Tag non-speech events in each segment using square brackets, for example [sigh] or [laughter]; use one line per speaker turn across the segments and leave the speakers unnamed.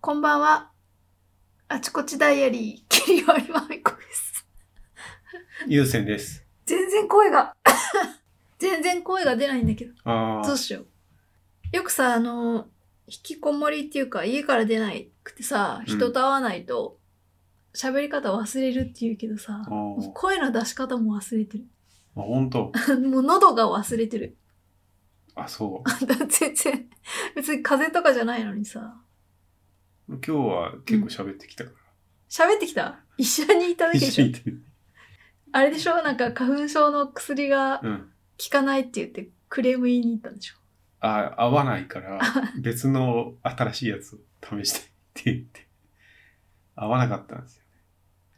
こんばんは。あちこちダイアリー、キリワリマミコです。
優先です。
全然声が、 [laughs] 全然声が出ないんだけど。
あ
どう
あ。
しよう。よくさ、あの、引きこもりっていうか、家から出ないくてさ、
うん
人と会わないと、喋、り方忘れるって言うけどさ、
あー
声の出し方も忘れて
あ、本当。
る。 [laughs] もう喉が忘れてる。 [laughs]
あ、そう。
全然、別に風邪とかじゃないのにさ。
今日は結構喋ってきたか
喋ってきた一緒にいただ
ら。
けでし
一緒
ょ
にいて。
あれでしょなんか花粉症の薬が
うん。
効かないって言ってクレーム言いに行ったんでしょ
あ、合わないから、別の新しいやつを試したいって言って。合わなかったんですよ。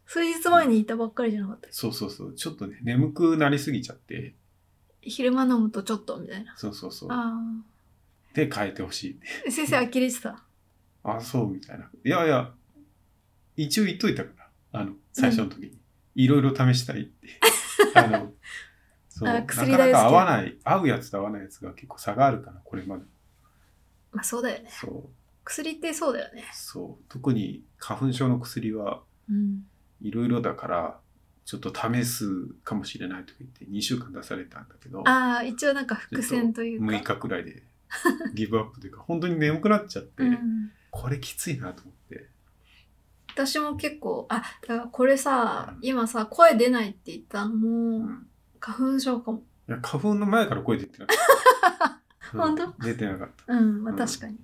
数日前にいたばっかりじゃなかったっけ
そうそうそう。ちょっとね、眠くなりすぎちゃって。
昼間飲むとちょっとみたいな。
そうそうそう。
あ
で、変えてほしい。
あ。先生呆れてた。
あ、そう、みたいな。いやいや、一応言っといたから。あの、最初の時に。いろいろ試したい
[laughs]
って。あの、そう、
あ
なか
薬
な
代
か合
好き
わない、合うやつと合わないやつが結構差があるかな、これまで。
まあそうだよね。
そう、
薬ってそうだよね。
そう。特に花粉症の薬は
うん。
いろいろだから、ちょっと試すかもしれないとか言って2週間出されたんだけど、
ああ、一応なんか伏線というか。
6日くら
[laughs]
いでギブアップというか、本当に眠くなっちゃって、
うん。
これきついなと思って。
私も結構、あ、だからこれさ
うん、
今さ、声出ないって言ったの
う
も、
ん
花粉症かも。
いや、花粉の前から声出てなか
[laughs]
った。
本当
出てなかっ
うん、まあ
うん
確かに。い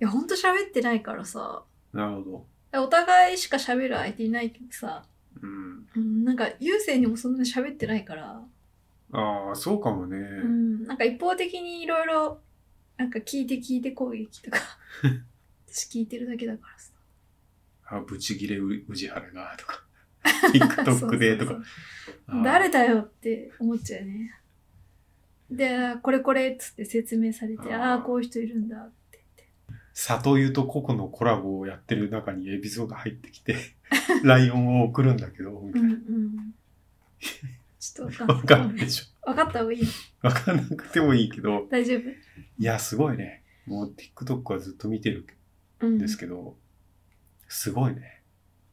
や、ほんと喋ってないからさ、
た。なるほど。
お互いしか喋る相手いないけどさ、
うん。
うん、なんか、優勢にもそんなに喋ってないから、
ああ、そうかもね。
うん、なんか一方的にいろいろ、なんか聞いて聞いて攻撃
[laughs]
とか、私聞いてるだけだからさ。
あ、ブチギレう宇治原が、とか。TikTok で、と
そう
か
そう。
あ
そう
ー
誰だよって思っちゃうね。で、これこれっつって説明されて、
あー
ああー、こういう人いるんだって
里湯とココのコラボをやってる中にエビゾが入ってき
[laughs]
て、ライオンを送るんだけど、みた
言
い
って。うんうん。ちょっと
な。わ
わ
か
か
ん
ん
ない
ない。
でしょ。
わかった方がいい。
わかんなくてもいいけど。
大丈夫。
いや、すごいね。もう TikTok はずっと見てる
うんん。
ですけど、すごいね。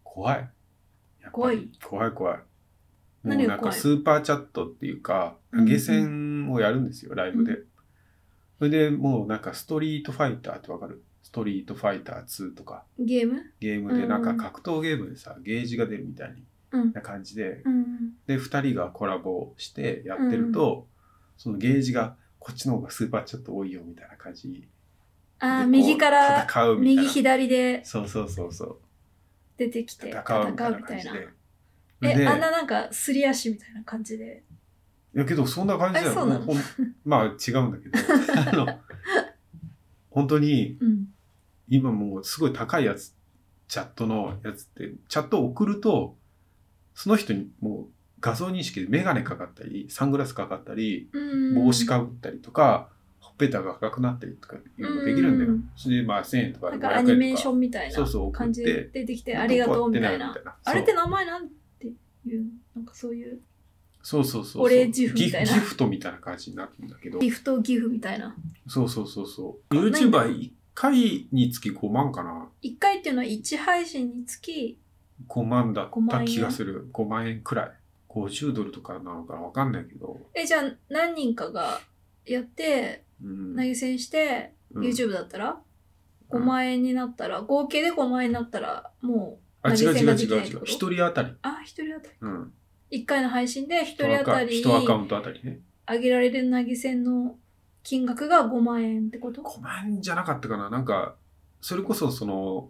怖い。やっぱ
怖
り
い
怖い怖い。もう
何が
なん
怖い
かスーパーチャットっていうか、
うんう
投
ん
げ銭をやるんですよ、ライブで。
う
それでもうなんかストリートファイターってわかるストリートファイター2とか、
ゲーム
ゲームで
うん
なんか格闘ゲームでさ、ゲージが出るみたい
うん。
な感じで、
うん。
で、2人がコラボしてやってると、そのゲージがこっちの方がスーパーチャット多いよみたいな感じ。
あ
で
あ、
こう
右から、
戦うみた
右
いな。
左で
そうそうそうそう。
出てきて
戦うみたいな
戦
感じで。
え、
で
あんななんか、すり足みたいな感じで。
いやけどそんな感じだ
え
よ。
そうなの
もうほんまあ違うんだけど
[laughs]
あの本当に
うん。
今もうすごい高いやつチャットのやつってチャットを送るとその人にもう画像認識で眼鏡かかったりサングラスかかったり
うん
帽子かぶったりとか、ほっぺたが赤くなったりとかいうのできるんだよ。
うん
それでまあ1000円とか
な
500円
ん
と
か
か
アニメーションみたい
そう
な
そう送っ
感じで
て
出てきて、ありがとうみたいな。あれって名前なんていうのなんかそういう、
そうそうそうそう
お礼自負みたいな
ギフギフトみたいな感じになるんだけど
ギフトギフみたいな。
そうそうそうそう。
こんなに
YouTuber1 回につき5万かな。
1回っていうのは1配信につき、
5万だっ
5万
た
円
気がする。5万円くらい。50ドルとかなのかわかんないけど。
え、じゃあ何人かがやって、
うん
投げ銭して、
うん
YouTube だったら
う
5
ん
万円になったら、合計で5万円になったら、もう、
あ、違う
投げ銭
違う
が
違
できな
う
いって
違う。
こと
1人当たり。
あ、1人当たり。
うん。
1回の配信で1人当たり
1アカウント当たりね。
上げられる投げ銭の金額が5万円ってこと
5万じゃなかったかな。なんか、それこそその、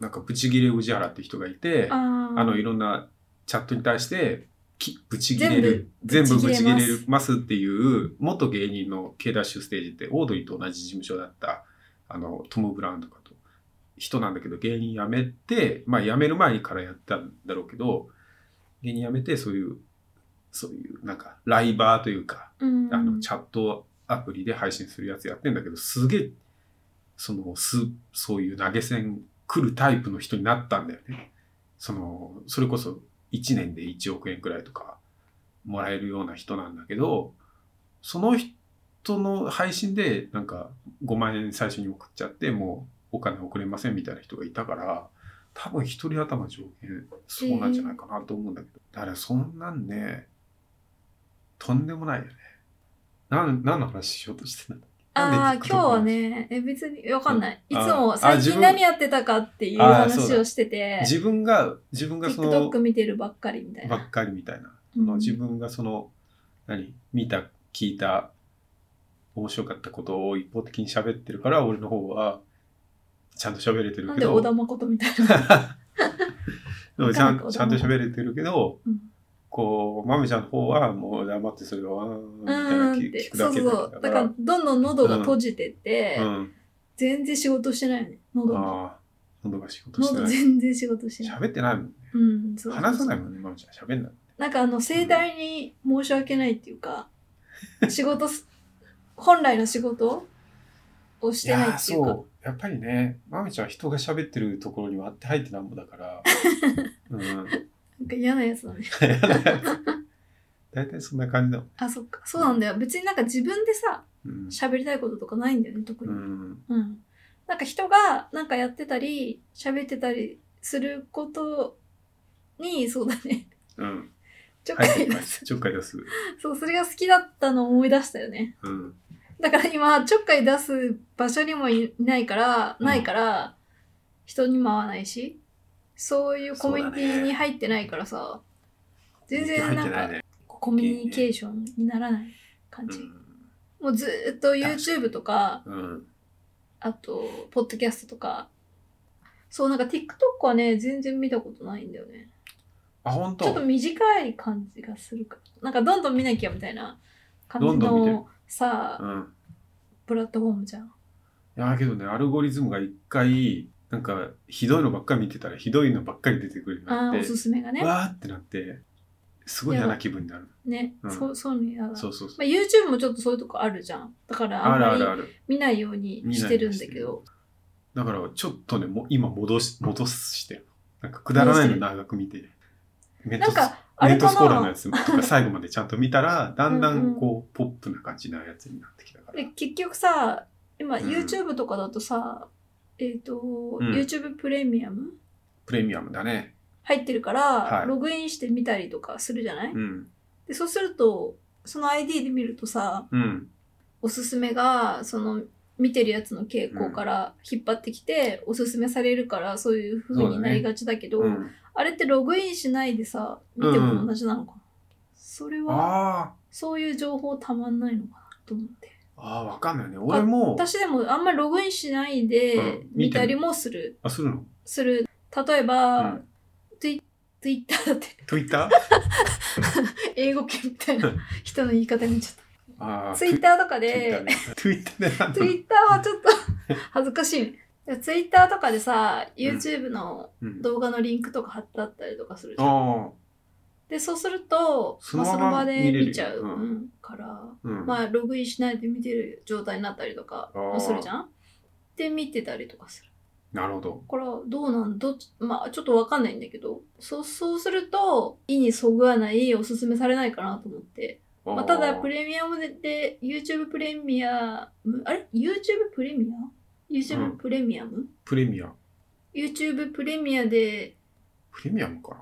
なんか、ブチギレ宇治原って人がいて、あ
あー
の、いろんなチャットに対して、きブチギレる、
全
全
部
部ブチギレ
ブチギレ
ますっていう、元芸人の K ダッシュステージって、オードリーと同じ事務所だった、あの、トム・ブラウンとかと、人なんだけど、芸人辞めて、まあ辞める前からやったんだろうけど、芸人辞めて、そういう、そういう、なんか、ライバーというか、
うん、
あの、チャットアプリで配信するやつやってんだけど、すげえ、その、す、そういう投げ銭来るタイプの人になったんだよね。その、それこそ1年で1億円くらいとかもらえるような人なんだけど、その人の配信でなんか5万円最初に送っちゃって、もうお金送れませんみたいな人がいたから多分一人頭上限そうなんじゃないかなと思うんだけど、だからそんなんねとんでもないよね。なん何の話しようとしてたの
あ
な
あ、
ん
今
で
日はね、え、別に、わかんない。い
うん
つ
あ
も
あ
最
自
近
分
何やってたかっていう
あーそう
話
だ
をしてて、
自分が自分がその
TikTok 見てるばっかりみたい
ば
な
っ。かりみたいな、
うん
その自分がその何見た聞いた面白かったことを一方的に喋ってるから俺の方はちゃんと喋れて
な
る
ん
け
で
ど
小田誠みたいな。
でもちゃ
わかんなんい
ちゃんと喋れてるけど、
うん
こうまみちゃんの方はもう黙ってそれをあーみ
う
たい
ー
なん
っ
聞
て
聞。く
そ
だ
う
け
そうそう。だから、どんどん喉が閉じてって、
うん、
全然仕事してないよね。喉が。
ああ喉が仕事して
喉
ない
全然仕事してない。
喋ってないもんね
うん、そう
話さないもんねまみちゃん喋んない
なんかあの盛大に申し訳ないっていうか、仕事す本来の仕事をしてない
やー
っていうか
そうやっぱりねまみちゃんは人が喋ってるところに割って入ってなんぼだ
[laughs]
から、うん、 [laughs]
なんか嫌なやつだね
大体そんな感じだもん、
あそっかそうなんだよ別になんか自分でさ
うん
喋りたいこととかないんだよね特に
う
うん、
ん、
なんか人がなんかやってたり喋ってたりすることにそうだ [laughs] ね
うん、
ちょっか
入
い
ってき
出
ますすちょっかい出す、
そうそれが好きだったのを思い出したよね
うん、
だから今ちょっかい出す場所にもいないから
うん
ないから、人にも会わないしそういうコミュニテ
そう
ィ
だね
に入ってないからさ、全
入
然
っ
な
て
ん
な
か
いね、
コミュニケーションにならない感じ、もうずーっと YouTube とか
うんうん、
あとポッドキャストとかそうなんか TikTok はね全然見たことないんだよね
あ本
ちょっと
当
短い感じがするからなんかどんどん見なきゃみたいな感じ
どんどん見てる
のさあ
うん
プラットフォームじゃん
いやけどねアルゴリズムが一回なんかひどいのばっかり見てたらひどいのばっかり出てくるように
あ
な
ーお
って、
すすめがね
わーってなってすごい嫌な気分になる
ね、
うん
そうそうにやだ、
そうそうそう、
まあ、YouTube もちょっとそういうとこあるじゃんだからあん
ある
ま
あ
り
るある
見ないようにしてるんだけど
だからちょっとねもう今戻し戻してよなんかくだらないの長く見てメッ
な
ト
ん
ス
かあ
メ
れ
ット
か
スコーラのや
な
つと
[laughs]
か最後までちゃんと見たらだんだ
うんうん
んこうポップな感じなやつになってきたから
で結局さ今
うん
YouTube とかだとさ、えっ、と、
ん
YouTube プレミアム
プレミアムだね
入ってるから、
はい
ログインして見たりとかするじゃない、
うん
でそうするとその ID で見るとさ
うん
おすすめがその見てるやつの傾向から引っ張ってきて、おすすめされるからそういう風になりがちだけど
うん
あれってログインしないでさ見ても同じなのかな、それは
あ
そういう情報たまんないのかなと思って
ーあーわかんないね俺も
私でもあんまりログインしないで
うん
見たりもする、
あするの
する例え
う
ば、
ん
Twitter だって [laughs]
Twitter?
英語圏みたいうなん人の言い方になっちゃっ
あ
た
あ
Twitter とか
Twitter
で
ね [laughs] Twitter でなんだ
Twitter はちょっと恥ずかしいね Twitter とかでさ YouTube の
うん
動画のリンクとか貼ってあったりとかするじゃん
ああ
でそうすると
そのまま
あ、その場で
見れる
見ちゃう、
うん
うんから
うん
まあログインしないで見てる状態になったりとかもするじゃんで見てたりとかする
なるほど
これはどうなんどっちまあちょっとわかんないんだけどそうそうすると意にそぐわないおすすめされないかなと思って、
あー
まあ、ただプレミアムでで YouTube プレミアムあれ YouTube プレミア ?YouTube プレミアム、
プレミアム
?YouTube プレミアで
プレミアムかな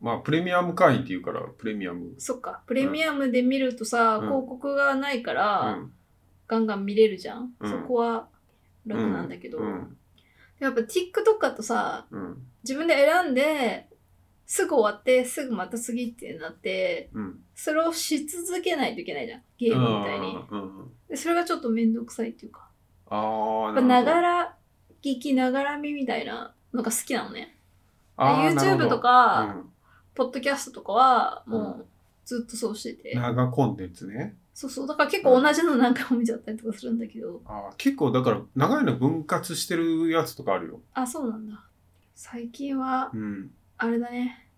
まあプレミアム会員っていうからプレミアム
そっかプレミアムで見るとさ、
うん
広告がないから、
うん
ガンガン見れるじゃん、
うん
そこは楽なんだけど、
うん
やっぱ TikTok だとさ
うん
自分で選んですぐ終わってすぐまた次ってなって
うん
それをし続けないといけないじゃんゲームみたいに
うんうんうん
でそれがちょっと面倒くさいっていうか
あ
やっ
あ
ぱなが
ら
ら聞きながら見みたいなのが好きなのねで YouTube とか、ポッドキャストとかはもうずっとそうしてて、
長コンテンツね
そうそうだから結構同じの何回も見ちゃったりとかするんだけど
あー結構だから長いの分割してるやつとかあるよ、
あそうなんだ最近は
うん、
あれだね。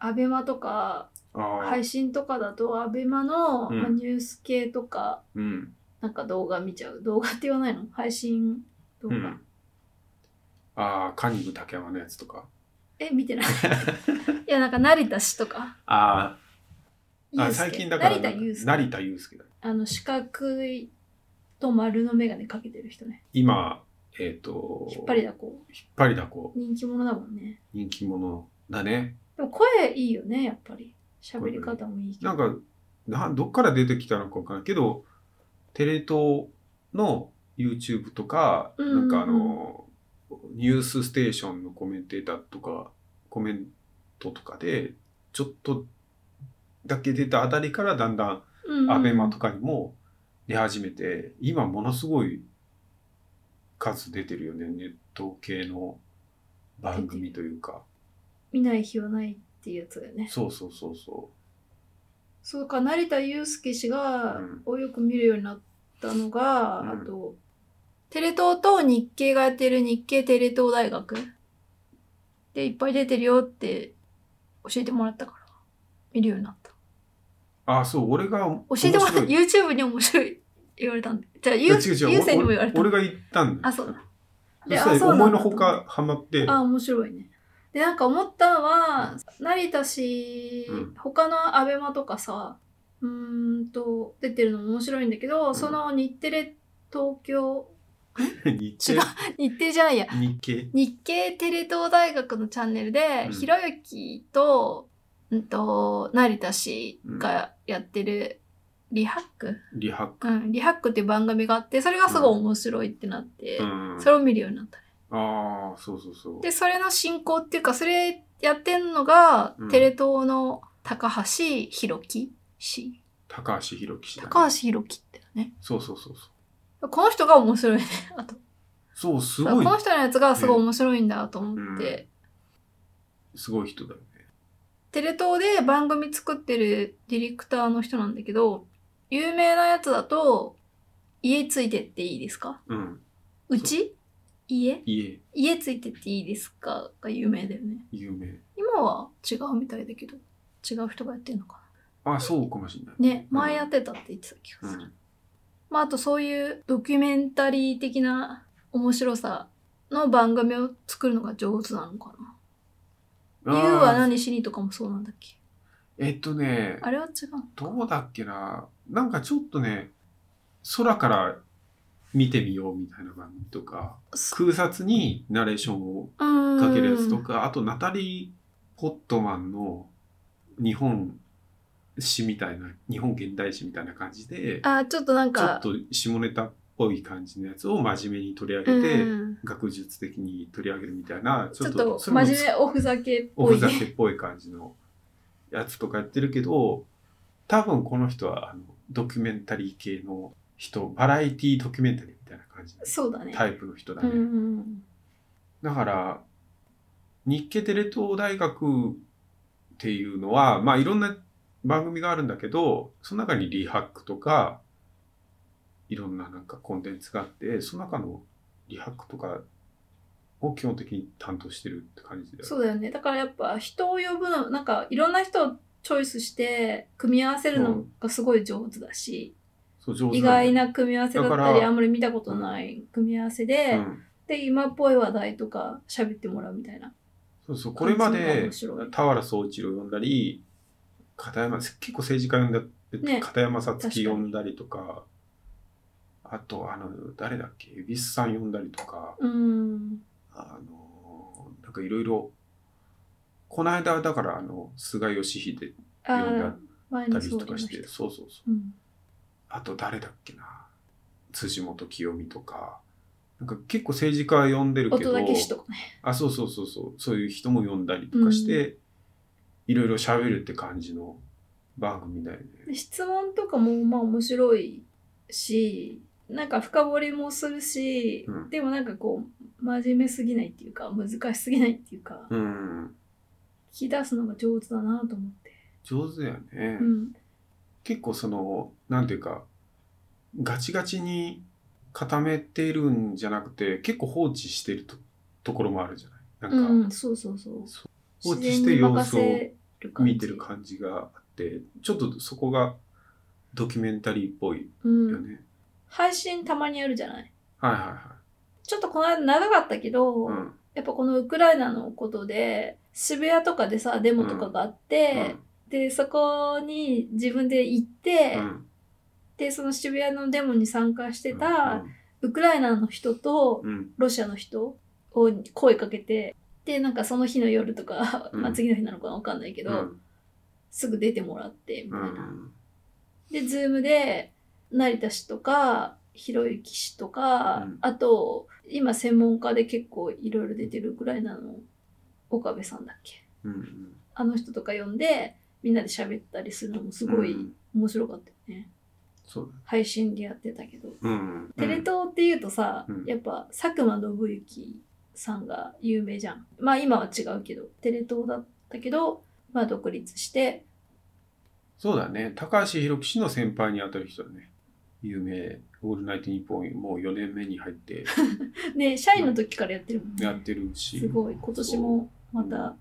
アベマとか
ああ、
配信とかだとアベマの、
うん
まあニュース系とか
うん、
なんか動画見ちゃう動画って言わないの配信動
う
画、
ん、ああカンニング竹山のやつとか
え見てない [laughs] いやなんか成田氏とか
あー
祐
あ
介
最近だから
成田祐介
成田祐介だ
あの四角いと丸の眼鏡かけてる人ね
今えっ、と
引っ張りだこ。
引っ張りだこ
人気者だもんね。
人気者だね
でも声いいよね、やっぱり。喋り方もいいけど。
なんかなどっから出てきたのかわからないけどテレ東の YouTube とか、
うんうんうん
なんかあのニュースステーションのコメンテーターとかコメントとかでちょっとだけ出たあたりからだんだん
うんうん
アベマとかにも出始めて、今ものすごい数出てるよねネット系の番組というか
見ない日はないっていうやつだよね。
そうそうそうそ
そうか、成田悠輔氏が
うん、
をよく見るようになったのが、
うん
あと、テレ東と日経がやってる日経テレ東大学でいっぱい出てるよって教えてもらったから、見るようになった。
うあそう俺が教
教えてもらった。YouTube に面白いって言われたんで。じゃあ、ゆう
違う違う
ゆうせいにも言われた。
俺俺が言ったんだよ
あそう
そ
で
した
あ
ら
そうなんだ
思いのほかハマって
あ面白いね。でなんか思ったのは成田氏、
うん
他のアベマとかさうーんと出てるのも面白いんだけど、
ん
その日テレ東京
[laughs]
[laughs]
日
違
経
う日テレじゃないや
日経
日系テレ東大学のチャンネルで、
うん
ひろゆきと,、うん、と成田氏がやってる「リハック」
リハック
うん「リハック」っていう番組があってそれがすごい面白いってなって、
うん
それを見るようになった。
ああそうそうそう
でそれの進行っていうかそれやってんのが、
うん
テレ東の高橋宏樹氏
高橋宏樹氏だね
高橋宏樹ってね
そうそうそうそう
この人が面白いねあと
そうす
こ
ごい
の人のやつがすごい面白いんだと思って、
すごい人だよね
テレ東で番組作ってるディレクターの人なんだけど有名なやつだと「家ついてっていいですか
うん
うち家
家
家ついてっていいですか?」が有名だよね
有名
今は違うみたいだけど違う人がやってるのかな
あそうかもしれない
ね前やってたって言ってた気が
う
する、
ん
まああとそういうドキュメンタリー的な面白さの番組を作るのが上手なのか
あ
な「
ー
YOU は何しに」とかもそうなんだっけ
えっとね
あれは違うの
どうだっけななんかちょっとね空から見てみようみたいな番組とか空撮にナレーションを
うーん
かけるやつとかあとナタリー・ポットマンの日本史みたいな日本現代史みたいな感じで
あちょっとなん
ちょっ
か
と下ネタっぽい感じのやつを真面目に取り上
う
げて、
ん
学術的に取り上げるみたいな
ちょっと真面目おふざけっ
お
ぽ
ふ
い
ざけっぽい感じのやつとかやってるけど多分この人はあのドキュメンタリー系の人バラエティドキュメンタリーみたいな感じ
[laughs]
の
そうだね
タイプの人だ
う
ね、
んうん
だから日系テレ東大学っていうのはまあいろんな番組があるんだけどその中にリハックとかいろんななんかコンテンツがあってその中のリハックとかを基本的に担当してるって感じだよね
そうだよねだからやっぱ人を呼ぶのなんかいろんな人をチョイスして組み合わせるのがすごい上手だし、
そう上手
意
だよ
外な組み合わせだっ
だ
た
か
り
ら
あんまり見たことない組み合わせで、
うん
で今っぽい話題とか喋ってもらうみたいな
そうそうこれまで
面白い
田原総一郎呼んだり片山結構政治家呼んだ、
ね
片山さつ
確
き
か
呼
に
んだりとかあとあの誰だっけ蛭子さん呼んだりとか
うん
あのなんかいろいろこの間はだからあの菅義偉
あ
呼ん
ー
だ
前
り
の総
と
理
か
の
して
人、
そうそうそう
うん、
あと誰だっけな辻元清美とかなんか結構政治家呼んでるけど
音だけしとかね
あそうそうそうそうそういう人も呼んだりとかして、いろいろ喋るって感じの番組だよね。
で質問とかもまあ面白いしなんか深掘りもするし、
うん
でもなんかこう真面目すぎないっていうか難しすぎないっていうか、
うん
引き出すのが上手だなと思って、
上手だよね、
うん、
結構そのなんていうかガチガチに固めているんじゃなくて結構放置してるとところもあるじゃない。なんか、
うん、そうそうそう
そ放
自
置
然
し
に
てる様
任
子を
せる感じ
見てる感じがあってちょっとそこがドキュメンタリーっぽい
うん
よね。
配信たまにやるじゃない
はいはいはい。
ちょっとこの間長かったけど、
うん
やっぱこのウクライナのことで渋谷とかでさデモとかがあって、でそこに自分で行って、
うんうん
でその渋谷のデモに参加してた、
うん
ウクライナの人と
うん。
ロシアの人を声かけて、で、なんかその日の夜とか、
うん
まあ次の日なのかわかんないけ
う
ど、
ん。
すぐ出てもらって、み
う
たいな。
ん。
で、ズームで、成田氏とか、ひろゆき氏とか、
うん
あと、今専門家で結構いろいろ出てるウクライナの岡部さんだっけ
うん。
あの人とか呼んで、みんなで喋ったりするのもすご
う
い
ん。
面白かったよね。
そう
配信でやってたけど。
だ。うん。
テレ東っていうとさ、
うん
やっぱ佐久間信行さんが有名じゃん。まあ今は違うけど、テレ東だったけど、まあ独立して、
そうだね。高橋宏樹氏の先輩にあたる人だね。有名、オールナイトニッポン、もう4年目に入って
ね、社員の時からやってるもんね。
やってる
[laughs]
し、
すごい。今年もまた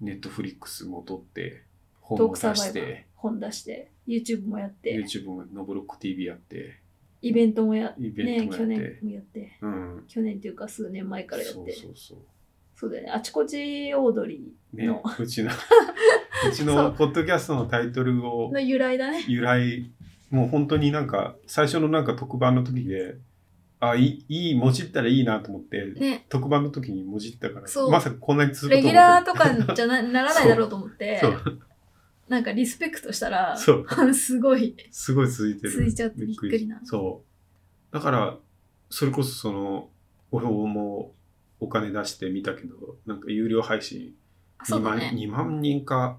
ネットフリックスも撮って、
ト
本
ー
も
クサ
出
バイ
し
バー
て、
本出して、YouTube もやって、
YouTube もノブロック TV やって、
イベントもや
イベ
ね
ント
去
もやって。
年もやって、
うん。
去年というか数年前からやって、そ
そううそうそう。
だよね。あちこちオードリ
ね
の、
うち
[laughs]
のうち
そ
の
う
ポッドキャストのタイトルを
ーの由来だね。
由来もう本当になんか最初のなんか特番の時であいいいいもじったらいいなと思って
ね、
特番の時にもじったから
そう
まさかこんなに続
レ
くと
ギュ
思
ラー
っ
とかじゃなならないだろうと思って
て、 [laughs] そう
なんかリスペクトしたら、
そう
すごい
すごい続いてる
続いちゃってびっくりな。
そうだからそれこそその俺もお金出して見たけどなんか有料配信
あそ
2
うだ
万,、
ね。
2万人か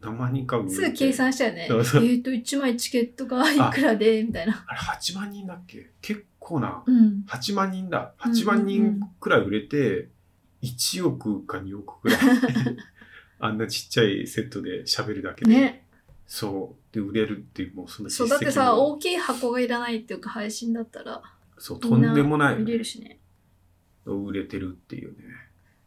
何万人か売れて
すぐ計算したよね。えっ、
そうそう
と、1枚チケットがいくらで、みたいな。
あれ8万人だっけ結構な
うん。
8万人だ
うんうんうん
8万人くらい売れて1億か2億
[laughs]
くらいあんなちっちゃいセットで喋るだけで、
ね。
そうで売れるっていうもうその
そ
実
う、だって
績
さ、
も
大きい箱がいらないっていうか、配信だったら、
そうとんでもない
見れるしね。
売れてるっていうね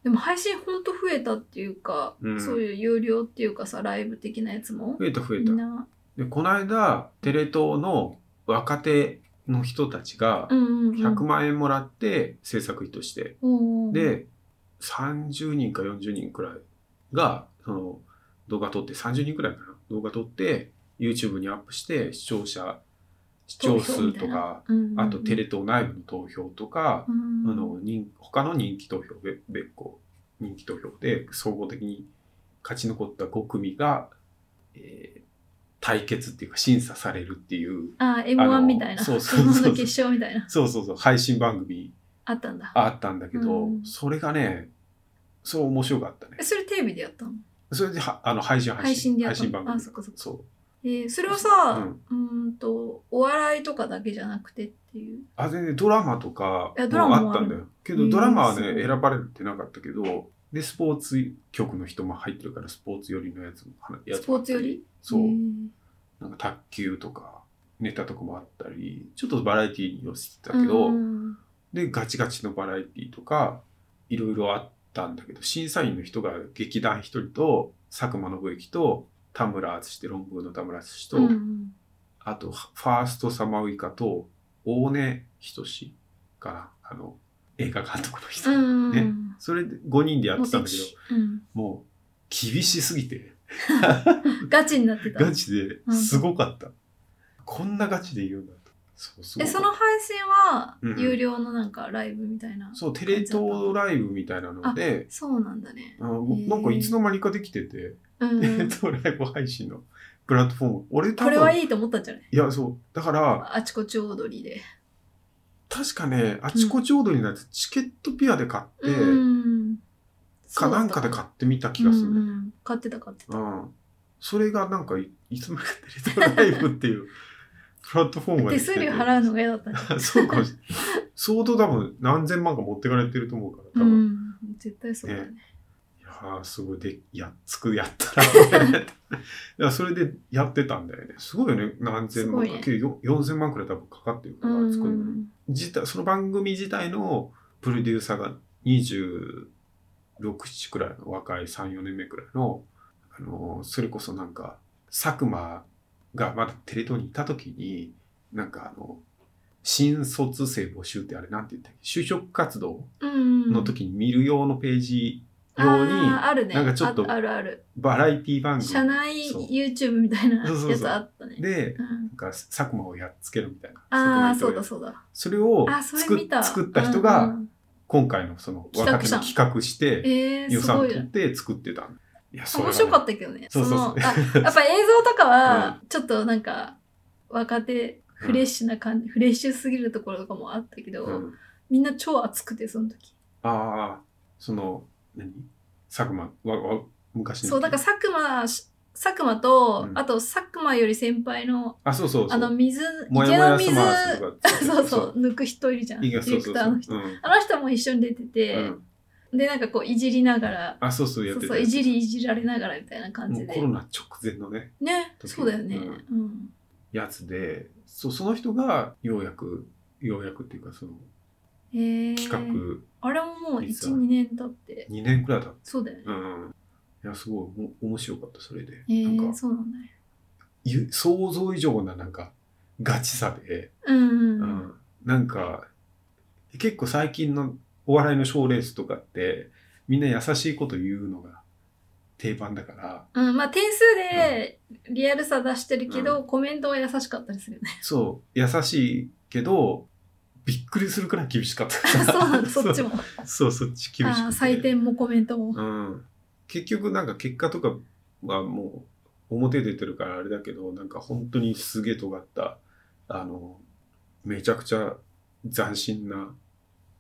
でも配信ほんと増えたっていうか、
うん
そういう有料っていうかさ、ライブ的なやつも。
増えた増え
み
た
んな。
でこの間テレ東の若手の人たちが
うんうん、うん。
100万円もらって制作費として、
おー、
で30人か40人くらいがその動画撮って30人くらいかな動画撮って YouTube にアップして視聴者視聴数とか
うんうんうん
あとテレ東内部の投票とか、
うん
あの人他の人気投票べ別個人気投票で総合的に勝ち残った5組が、えー対決っていうか審査されるっていう
あ、
あ
M1
の
みたいな。
そうそうそう
M1 の決勝みたいな。
そうそうそう配信番組
あったんだ。
あったんだけど、
うん
それがねそう面白かったね
え、それテレビでやったの
それではあの配信
配信でやっ
配
たの
信番組
あそっかそっか
そう
えーそれはさ、
うん
うーんと、お笑いとかだけじゃなくてっていう。
あ全然ドラマとか
いやドラ
も
マ
あ
も
っ
あ
た
る
んだよけ
へ
ど
ー
ドラマは
すご
ね
い
選ばれてなかったけどでスポーツ局の人も入ってるからスポーツ寄りのやつもやつ
スポ
もあったり
ーツより
そう
へー
なんか卓球とかネタとかもあったりちょっとバラエティーに寄せてたけど、
うん
でガチガチのバラエティーとかいろいろあったんだけど審査員の人が劇団一人と佐久間信之と田村淳論文の田村淳と、
うん
あとファーストサマウイカと大根仁かなあの映画監督の人、
うん
ねそれで5人でやってたんだけど
うん
もう厳しすぎて
ガチになってた
ガチですごかった、こんなガチで言うんだとそうすご
え
かった
その配信は
うん
有料のなんかライブみたいな、
そうテレ東ライブみたいなので
そうなんだね、
あのなんかいつの間にかできてて、 [laughs]
うん
えっと、ライブ配信のプラットフォーム。俺
こ
多分、
れはいいと思ったんじゃない
いや、そう。だから、
あちこちオードリーで、
確かね、あちこちオードリーのやつ、チケットピアで買って、
うん
かなんかで買ってみた気がす
う
る。うん
うんん買ってた買ってた、
それがなんかい、いつもやってるライブっていう [laughs] プラットフォームが
手数料払うのが嫌だったんじゃない
[laughs] そうかもしれない。相当多分何千万か持ってかれてると思うから、
う
多分。い
ん絶対そうだね
やーすごいで、やっつく、やった
[laughs]
ら、ね。いや、それでやってたんだよね。すごいよね。何千
すご
万
い
か、
ね
けどよん4000万くらい多分かかってるから、あちこちの
うん
自体その番組自体のプロデューサーが267くらいの若い34年目くらいの、あのそれこそなんか佐久間がまだテレ東にいた時になんかあの新卒生募集ってあれなんて言ったっけ就職活動
うん
の時に見る用のページように
あーあるね
なんかちょっと
ああるある
バラエティ番組
社内
そう
YouTube みたいな
そうそうそう
やつあったね
で
うん
なんか佐久間をやっつけるみたいな
ああ
佐久間
そうだそ
伊藤
うだ
それを
あそ
作
れ
っ
見た
作った人
うんう
が
ん
今回のその
企画
若手
した
の
の
企画して
えー、
予
す
算
ご
取
いな
って作ってたのいやそれが
面
ね
白かったけどね
そうそうそう
のあやっぱ映像とか
[laughs]
はちょっとなんか若手フレッシュな感じ、フレッシュすぎるところとかもあったけど、
うん
みんな超熱くてその時
ああその何佐久間わわ昔の
そうだから佐久間し佐久間と、
うん
あと佐久間より先輩の
あそうそうそ
あ
う
の水池の
もやもや
水
スマーズとか
そうそう抜く人いるじゃんデ
い
ィ
や
レ
そう
ク
そう
タ
そ
ーの
う
人
うん
あの人も一緒に出てて、
うん
でなんかこういじりながら
あそうそうやっ
そ
て
う
た
そういじりいじられながらみたいな感
も
じ
う
で
コロナ直前のね
ね
時
そうだよね、
う
うん
やつでそうその人がようやくようやくっていうかその
えー
企画
あれももう
実は
12年経って
2年くらいだっ
そうだよね
たうんいやすごいおも面白かったそれで、
えー
なんか
そうなんだよ
ゆ想像以上ななんかガチさで、
うんうん
う
うんん
なんか結構最近のお笑いの賞ーレースとかってみんな優しいこと言うのが定番だから
うん、まあ点数でリアルさ出してるけど、コメントは優しかったりするよね。
[laughs] そう優しいけどびっくりするくらい厳しかった
[laughs] そうなんだ、そっち
も
も。あ
そうそうそっち厳しく
ー
て
採点もコメントも。
うん、結局なんか結果とかはもう表出てるからあれだけどなんか本当にすげえ尖ったあのめちゃくちゃ斬新な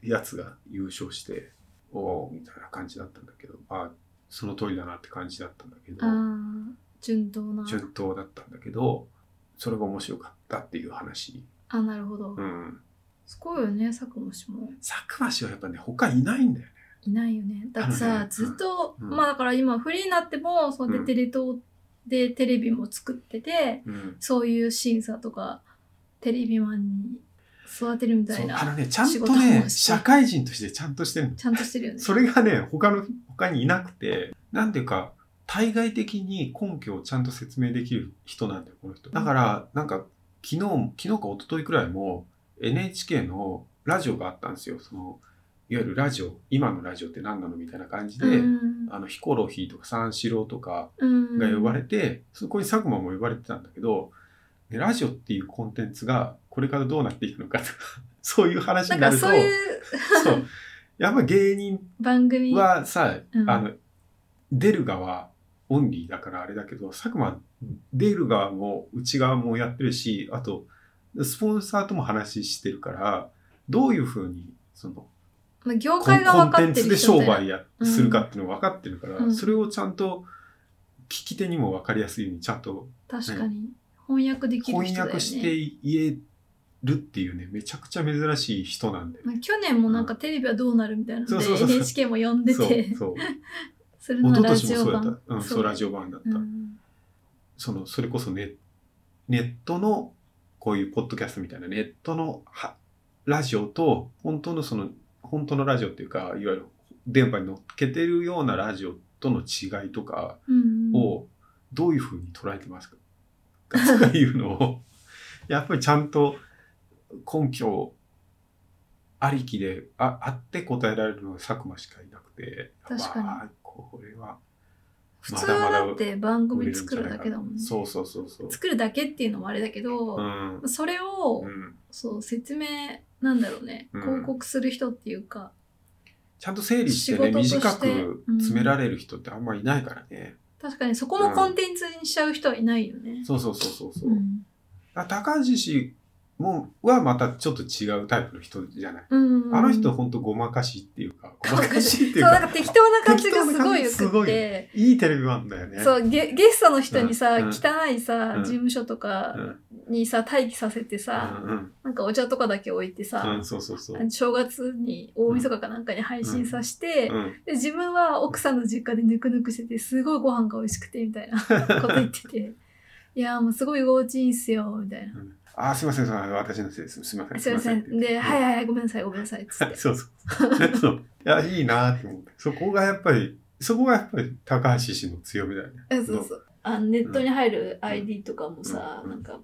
やつが優勝しておおみたいな感じだったんだけどあその通りだなって感じだったんだけど
ああ、順当な。
順当だったんだけどそれが面白かったっていう話、
あ、なるほど。
うん、
すごいよね、佐久間氏も。
佐久間氏はやっぱね他いないんだよね
いないよね。だって
あの
さ
ね、
ずっと、
うん
まあだから今フリーになっても、そうやっ
うん
てテレ東でテレビも作ってて、
うん
そういう審査とか、テレビマンに育てるみた
そ
いう
あの
な、
ねちゃん
仕
と
事も
ね
して
社会人としてちゃんとしてるの
ちゃんとしてるよね。
それがね、他の、他にいなくて、なんていうか、対外的に根拠をちゃんと説明できる人なんだよ、この人。だから、なんか、昨日、昨日か一昨日くらいも、NHK のラジオがあったんですよ。その、いわゆるラジオ、今のラジオって何なのみたいな感じで、
うん
あの、ヒコロヒーとか三四郎とか
うん
が呼ばれて、そこに佐久間も呼ばれてたんだけど、でラジオっていうコンテンツがこれからどうなっていくのか [laughs] とか、そういう話
なん
にな
か
ると、
そういう
そう。やっぱ芸人
番組
はさ、
うん
あの出る側オンリーだからあれだけど佐久間出る側も内側もやってるしあとスポンサーとも話してるからどういうふうにその
まあ業
コン
界が
コ
分
ン
か
テ
っ
ン
て
ツ
る
で
人
商
みたいな
売やするかっていうのが分かってるから、
うん
それをちゃんと聞き手にも分かりやすいようにちゃんと
確かに翻訳できる
翻
人だよね
訳して言えるっていうねめちゃくちゃ珍しい人なんで。
まあ去年もなんかテレビはどうなるみたいなので、
そうそうそうそう
NHK も呼んで
そう
て [laughs]
そう
それ
一
の
昨
ラ
年
ジ
も
オ
そうだった
版、
うん、
そう
そうラジオ版だった、
うん
そのそれこそネネットのこういうポッドキャストみたいなネットのはラジオと本当のその本当のラジオっていうかいわゆる電波に乗っけてるようなラジオとの違いとか
うんうん
をどういうふうに捉えてますか、 [laughs] とかいうのをやっぱりちゃんと根拠ありきでああって答えられるのは佐久間しかいなくて
確かに
あーこれは
普通はだって番組作るだけだもんね
そうそうそうそう。
作るだけっていうのもあれだけど、
うん
それを、
うん
そう説明なんだろうね、
うん
広告する人っていうか
ちゃんと整理してね
仕事と
短
して
く詰められる人ってあんまいないからね、
確かにそこもコンテンツにしちゃう人はいないよね、
そうそうそうそうそう、
うん
だから高橋氏もはまたちょっと違うタイプの人じゃない、
うん
あの人ほんとごまかしっていうかごまかしっ
そ
て
う
いう
なん
か
か適当な感じがすごいよ
適当な感じす
くっ
ごい
て、
いいテレビマンだよね
そうゲゲストの人にさ、
うん
汚いさ、
うん
事務所と
うん
か
うん
にさ待機させてさ、
うん
なんかお茶とかだけ置いて
う
さ、
んそうそうそう、
正月に大晦日かなんかに配信させて、
うん、
で自分は奥さんの実家でぬくぬくしててすごいご飯が美味しくてみたい
[laughs]
なこと言ってて「いやーもうすごい居心地いいんすよ」みたいな
あーすいませんすいません私のせいですすいま
「
せん
すいませ
って
ん」
言って
で「はいはいはいごめんなさいごめんなさい」っつって
[laughs] そうそう。そういや、いいなって思って。そこがやっぱり、そこがやっぱり高橋氏の強みだよね。
えそうそうあのネットに入る ID とかもさ、
うん
なんか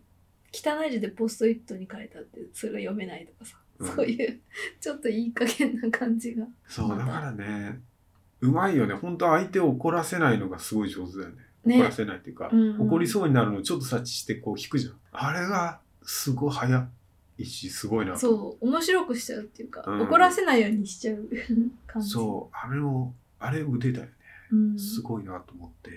汚い字でポストイットに書いてあってそれが読めないとかさ、
うん
そういうちょっといい加減な感じが
そう、だからね、うまいよね。本当相手を怒らせないのがすごい上手だよね。
ね
怒らせないっていうか、
うんうん
怒りそうになるのをちょっと察知してこう引くじゃん。あれがすごい早いし、すごいな。
そう面白くしちゃうっていうか、
うん
怒らせないようにしちゃう感じ
そう。あれも、あれ腕だよね。
うん、
すごいなと思って。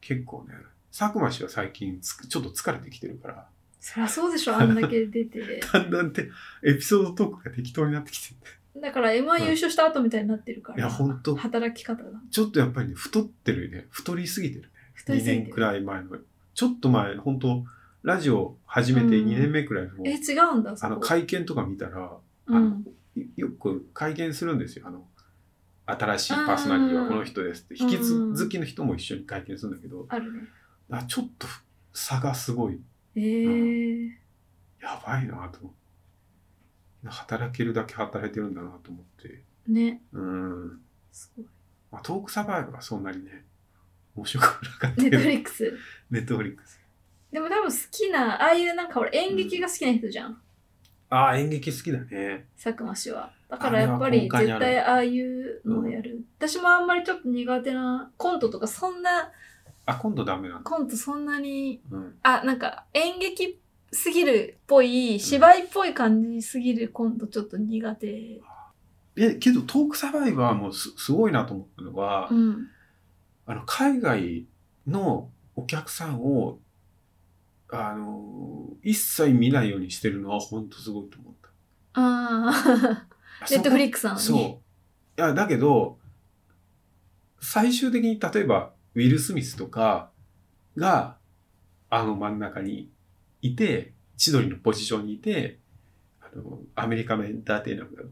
結構ね、佐久間氏は最近つくちょっと疲れてきてるから、
そりゃそうでしょあんだけ出
[laughs]
て
だんだんってエピソードトークが適当になってきて
だから m 1優勝した後みたいになってるか
いや、
ら、
ほんと、
働き方が
ちょっとやっぱりね、太ってるね。太りすぎてるね。
太り
2
すぎ
年
て
くらい前の。ちょっと前、本当ラジオ始めて
うん
2年目くらいの、
え違うんだそ
あの、
こ
会見とか見たら、
う
あ
ん、
いよく会見するんですよ。あの、新しいパーソナリティはこの人ですって、引き続きの人も一緒に会見するんだけど、
あるね
あちょっと差がすごい、
えー
やばいなと思って。働けるだけ働いてるんだなと思って。
ね
うん。
すごい
まあ、トークサバイバーはそんなにね、面白くなかった
ネッ
け
ト
ど
フ、リックス
[laughs] ネットフリックス。
でも多分好きなああいうなんか俺演劇が好きな人じゃん、
ああ、演劇好きだね。
佐久間氏はだからやっぱり
あれ
絶
は根幹にある
対ああいうのをやる、私もあんまりちょっと苦手なコントとかそんな
あ、今度ダメなんだ。
コントそんなに
うん。
あなんか演劇すぎるっぽい芝居っぽい感じすぎるコントちょっと苦手
え、けどトークサバイバーもすすごいなと思ったのは、
うん
あの、海外のお客さんを、あのー、一切見ないようにしてるのは本当すごいと思った。
あ
あ
あネットフリ
ッ
ックスなのに
そう。いや、だけど、最終的に例えば、ウィル・スミスとかが、あの真ん中にいて、千鳥のポジションにいて、あの、アメリカのエンターテイナーが、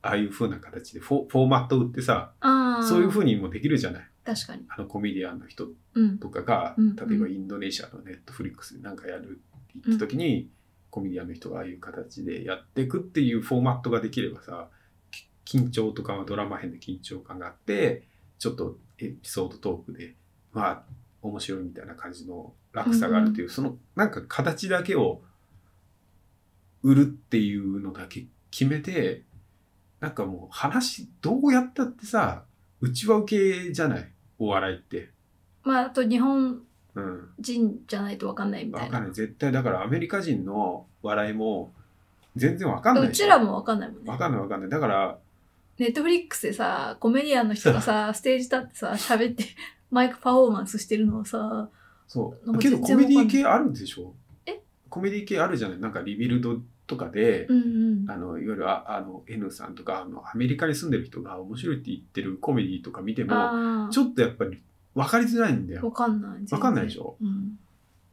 ああいう風な形でフォフォーマット売ってさ、
ああ
そういう風にもできるじゃない。
確かに
あのコメディアンの人
うん
とかが、
うん
例えばインドネシアのネットフリックスでなんかやるって言った時に、コメディアンの人がああいう形でやっていくっていうフォーマットができればさき緊張とかはドラマ編で緊張感があってちょっとエピソードトークでまあ面白いみたいな感じの落差があるっていう、そのなんか形だけを売るっていうのだけ決めてなんかもう話どうやったってさうちは受けじゃないお笑いって。
まああと日本
うん
人じゃないと分かんないみたい
わか
なん
ない絶対だからアメリカ人の笑いも全然わかんないよ
うちらも分かんないもんね
わかんないわかんないだから
ネットフリックスでさ、コメディアンの人がさ、ステージ立ってさ、喋って、マイクパフォーマンスしてるのをさ、
そう
なんか
け
全
ど
然
コメディ系あるんでしょ
え
コメディ系あるじゃないなんかリビルドとかで、
うんうん。
あのいわゆるああの N さんとかあのアメリカに住んでる人が面白いって言ってるコメディとか見ても
あ
ちょっとやっぱり分かりづらいんだ
あ、わ
よ
かんない。
わかんないでしょ
全然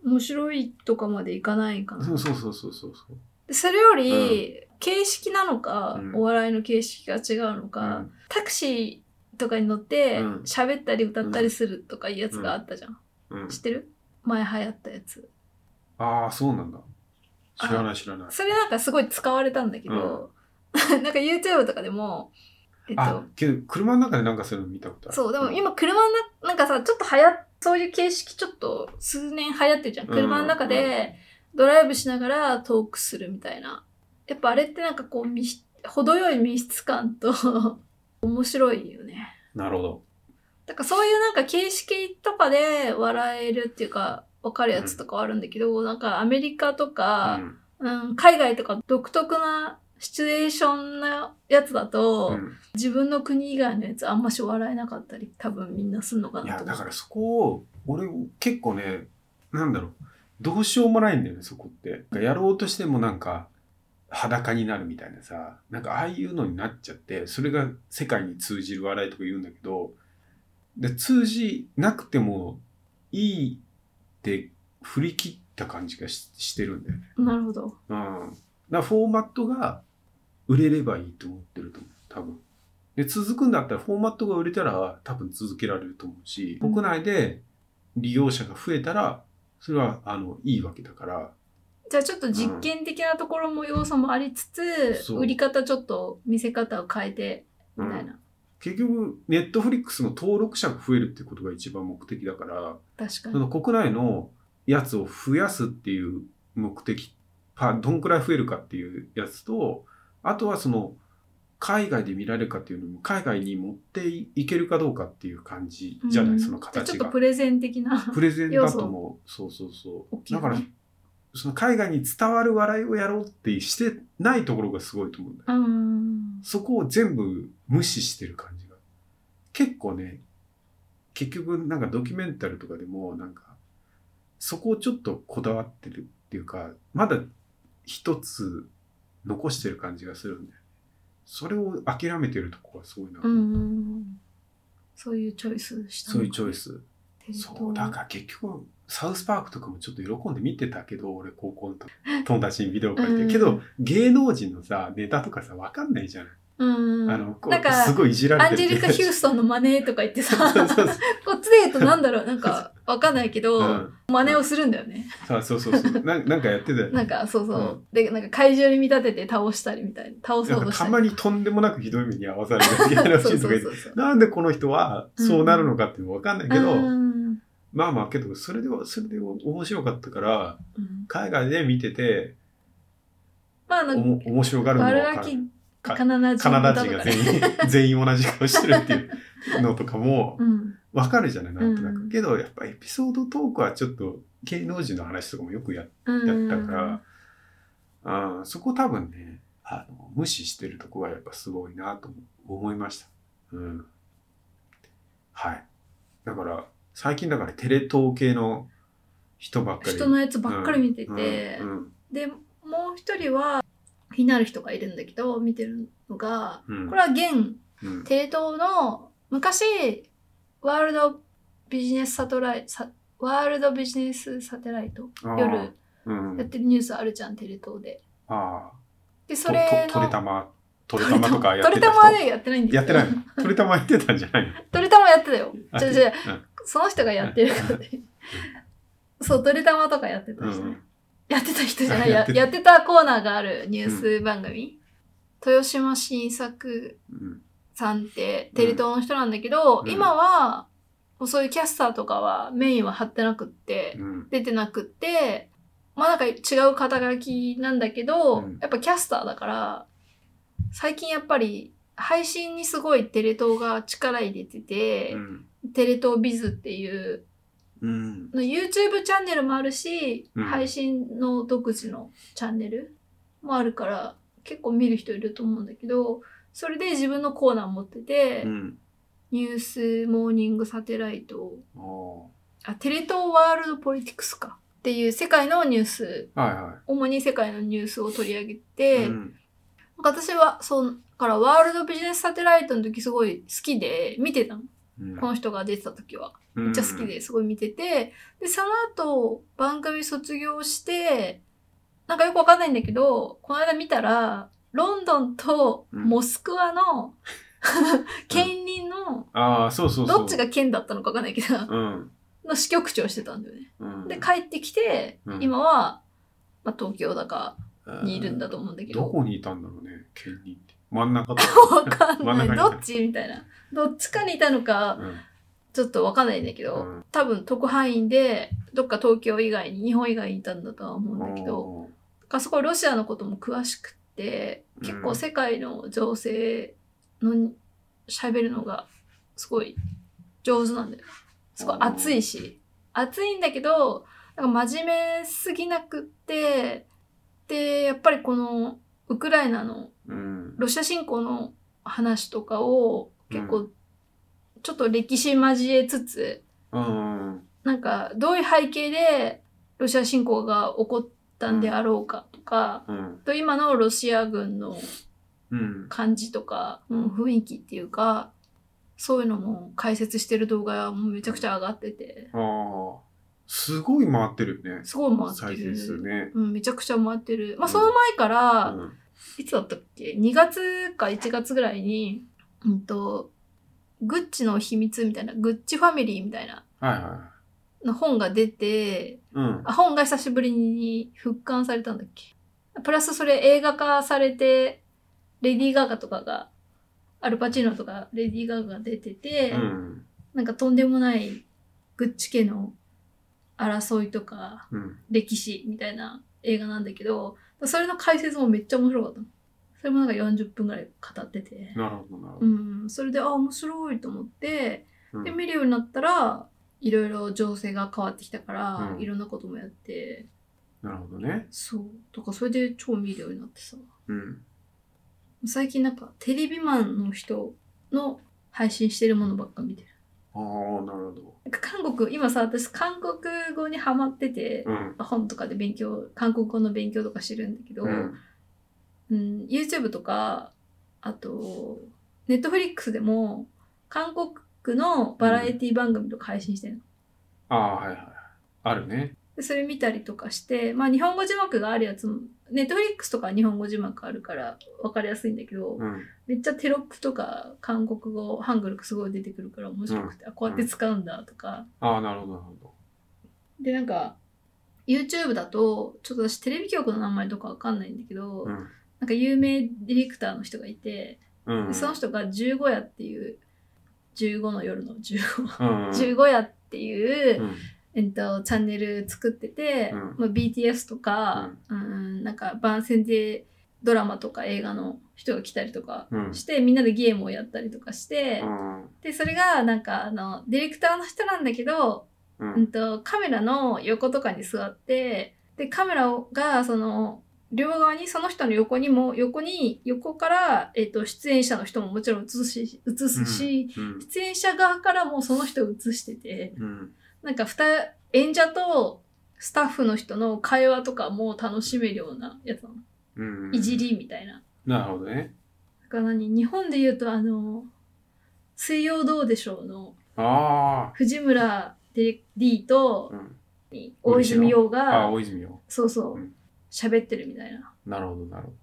うん。面白いとかまでいかないかな。
そうそうそうそうそうそう
でそれより、形式なのか、
うん
お笑いの形式が違うのか、
うん
タクシーとかに乗って
うん、
喋ったり歌ったりするとかいうやつがあったじゃん。
うん
知ってる前流行ったやつ。
ああそうなんだ知らない知らない
それなんかすごい使われたんだけど、 [laughs] なんか YouTube とかでも、えっ
あ
と、
けど車の中でなんかそういうの見たことある
そう、でも今車のな、なんかさ、ちょっと流行っ、そういう形式ちょっと数年流行ってるじゃん。
うん
車の中でドライブしながらトークするみたいな。やっぱあれってなんかこう、密程よい密室感と [laughs] 面白いよね。
なるほど
だからそういうなんか形式とかで笑えるっていうか、わかるやつとかはあるんだけど、なんかアメリカとか、うん、海外とか独特なシチュエーションなやつだと、
うんうん
自分の国以外のやつあんまし笑えなかったり多分みんなすんのか
い
な
や
と
だ
思
か
う
らそこを俺結構ねなんだろうどうしようもないんだよねそこってやろうとしてもなんか裸になるみたいなさなんかああいうのになっちゃってそれが世界に通じる笑いとか言うんだけどで通じなくてもいいって振り切った感じがししてるんだよね。
なるほど
うん、だからフォーマットが売れればいいと思ってると思う多分で続くんだったらフォーマットが売れたら多分続けられると思うし
うん
国内で利用者が増えたらそれはあのいいわけだから
じゃあちょっと実験的なところも要素もありつつ、
そう
売り方ちょっと見せ方を変えてみたいな、
結局ネットフリックスの登録者が増えるってことが一番目的だから
確か
そ
に
の国内のやつを増やすっていう目的パどんくらい増えるかっていうやつとあとはその海外で見られるかっていうのも海外に持っていけるかどうかっていう感じじゃない、
うん
その
ちょ
形
っと
が
プレゼン的な。 [laughs]
プレゼンだと思うそうそうそ
大き
う
い
だ
よね
からその海外に伝わる笑いをやろうってしてないところがすごいと思うんだよ
うん。
そこを全部無視してる感じが結構ね結局なんかドキュメンタルとかでもなんかそこをちょっとこだわってるっていうかまだ一つ残してる感じがするんだよねそれを諦めてるとこがすごいな、
うん。そういうチョイスした
そういうチョイ
ス。
ス
店頭
そうだから結局サウスパークとかもちょっと喜んで見てたけど俺高校
[laughs]
の時友達にビデオ借りて、
うん
けど芸能人のさネタとかさわかんないじゃない、
うん。
あのこ
なん
うす
か、
ごいいじら
アン
れ
ジェ
て
リ
る
カ・ヒューストンの真似とか言ってさ、
[laughs] そうそうそう
こっちで言うとなんだろう、なんか、わかんないけど、
うん
真似をするんだよね。
さあそうそ
[laughs]
うそうななんかやってたよね
なんか、そうそう。
う
で、なんか怪獣に見立てて倒したりみたいな。倒
な
そ
ん
う
か
とした
た
り。
まにとんでもなくひどい目に遭わされる芸能
そう
人と
そ
かいうて
そうそう。
なんでこの人はそうなるのかっていうのわかんないけど、
うん
まあまあけどそれではそれで面白かったから
うん
海外で見てて
まあ、な
お
ん
も面白
か、
がるの
悪ガ
は
キ、
か
カナダ人
カナダ人
と
が
か
全
ね。
員 [laughs] 全員同じ顔してるっていうのとかも
うん。
わかるじゃないなんとな
う
く
ん
けどやっぱエピソードトークはちょっと芸能人の話とかもよくやっ
うん。
やったから、あーそこ多分ねあの無視してるとこはやっぱすごいなと思いました。うん、はいだから最近だからテレ東系の人ばっかり
人のやつばっかり見てて、
うんうん
でもう一人は気になる人がいるんだけど見てるのが
うん
これは現
うん
テレ東の昔ワールドビジネスサトライサワールドビジネスサテライト
あー
夜
うん
やってるニュースあるじゃんテレ東で。
あ
で
ー
そ
と
れ
と
の
トレたまトレたまとかやっ
ト
て
レ
た
タ
人
マはねやってないんです
やってない
い。
のトレたまやってたんじゃないの
トレタマやってたよ。
あ
ちょちょその人がやってるから
[laughs]
ね。そうトレタマとかやってた
うん
人
う
ね
ん
やってた人じゃない
や
や
ってた
やってたコーナーがあるニュース番組、豊島新作
うん
さんってテレ東の人なんだけど、
うん
今はもうそういうキャスターとかはメインは張ってなくって、
うん
出てなくってまあなんか違う肩書きなんだけど、
うん
やっぱキャスターだから最近やっぱり配信にすごいテレ東が力入れてて
う、ん
テレ東ビズっていう
うん
の YouTube チャンネルもあるし、
うん
配信の独自のチャンネルもあるから結構見る人いると思うんだけどそれで自分のコーナー持ってて、
うん
ニュースモーニングサテライト
お
あテレ東ワールドポリティクスかっていう世界のニュース
ーはいは
主に世界のニュースを取り上げ
い
て、
うん
なんか私はそうだからワールドビジネスサテライトの時すごい好きで見てたの
うん
この人が出てた時は。
め
めっちゃ好きですごい見てて、で、その後、番組卒業して、なんかよくわかんないんだけど、この間見たら、ロンドンと
うん
モスクワの、
[laughs]
県人の、
ああ、そうそうそう。
どっちが県だったのかわかんないけど、
うん。
の支局長してたんだよね。
うん、
で、帰ってきて
う、ん
今は、まあ、東京だかにいるんだ
と
と思うんだけ
ど
ど、
こにいたんだろうね、県人って。真ん中と
わかん
真
なん
中
い。
に
どっちみたいな。どっちかにいたのか、
うん
ちょっとわかんないんだけど、
うん
多分特派員でどっか東京以外に日本以外にいたんだとは思うんだけど
おー
だからすごいロシアのことも詳しくって
うん
結構世界の情勢の喋るのがすごい上手なんだよすごい熱いし熱いんだけどなんか真面目すぎなくってでやっぱりこのウクライナの
うん。
ロシア侵攻の話とかを結構ちょっと歴史交えつつ、
うん。
なんかどういう背景でロシア侵攻が起こったんであろうかとか、
うん。
と今のロシア軍の
うん。
感じとか、うん、雰囲気っていうかそういうのも解説してる動画がもうめちゃくちゃ上がってて
ああ。すごい回ってるよね。
すごい回
再
って
生
る、
数ね。
うん、めちゃくちゃ回ってるまあ
うん
その前か
う
ら、
ん。
いつだったっけ2月か1月ぐらいにうんとグッチの秘密みたいなグッチファミリーみたいな
はいは
の本が出て
い。うん。
あ本が久しぶりに復刊されたんだっけプラスそれ映画化されてレディー・ガガとかがアルパチーノとかレディー・ガガが出てて、
うん。
なんかとんでもないグッチ家の争いとか
うん。
歴史みたいな映画なんだけどそれの解説もめっちゃ面白かったの。それもなんか40分ぐらい語ってて、
なるほど、なるほ
う
ど。
ん、それで、あ、面白いと思って、
うん
で、見るようになったら、いろいろ情勢が変わってきたから、
うん
いろんなこともやって、
なるほどね。
そう、とか、それで超見るようになってさ、
うん。
最近なんかテレビマンの人の配信してるものばっか見てる。
ああ、なるほど。
なんか韓国、今さ、私韓国語にハマってて、
うん。
本とかで勉強、韓国語の勉強とかしてるんだけど、
うん。
うん、YouTube とか、あと、Netflix でも、韓国のバラエティ番組とか配信してるの。
ああ、はいはい。あるね。
でそれ見たりとかして、まあ日本語字幕があるやつも、Netflix とかは日本語字幕あるから分かりやすいんだけど、
うん。
めっちゃテロップとか韓国語、ハングルすごい出てくるから面白くて、あこうやって使うんだとか。
ああ、なるほど、なるほど。
で、なんか、YouTube だと、ちょっと私テレビ局の名前とかわかんないんだけど、
うん。
なんか有名ディレクターの人がいて、
うん。
その人が十五夜っていう、15の夜の15、
うん。
十五夜っていう、
うん。
えっと、チャンネル作ってて、
うん
まあ、BTS とか、うん、なんか番宣でドラマとか映画の人が来たりとか
うん。
して、みんなでゲームをやったりとかして、
うん。
で、それがなんかあの、ディレクターの人なんだけど、
う
うん
ん。
と、カメラの横とかに座って、で、カメラが、その、両側に、その人の横にも、横に、横から、えっ、と、出演者の人ももちろん映すし、映すし、
うん。
出演者側からもその人を映してて、
うん。
なんか、二、演者とスタッフの人の会話とかも楽しめるようなやつなの。
うん。
いじ。りみたいな。
なるほどね。
だから何日本で言うと、あの、水曜どうでしょうの
あ
藤村 D
あ。
と
うん。
大泉洋
あ
が
あ、、大泉洋。
そうそう
うん。
喋ってるみたいな。
なるほど、なるほ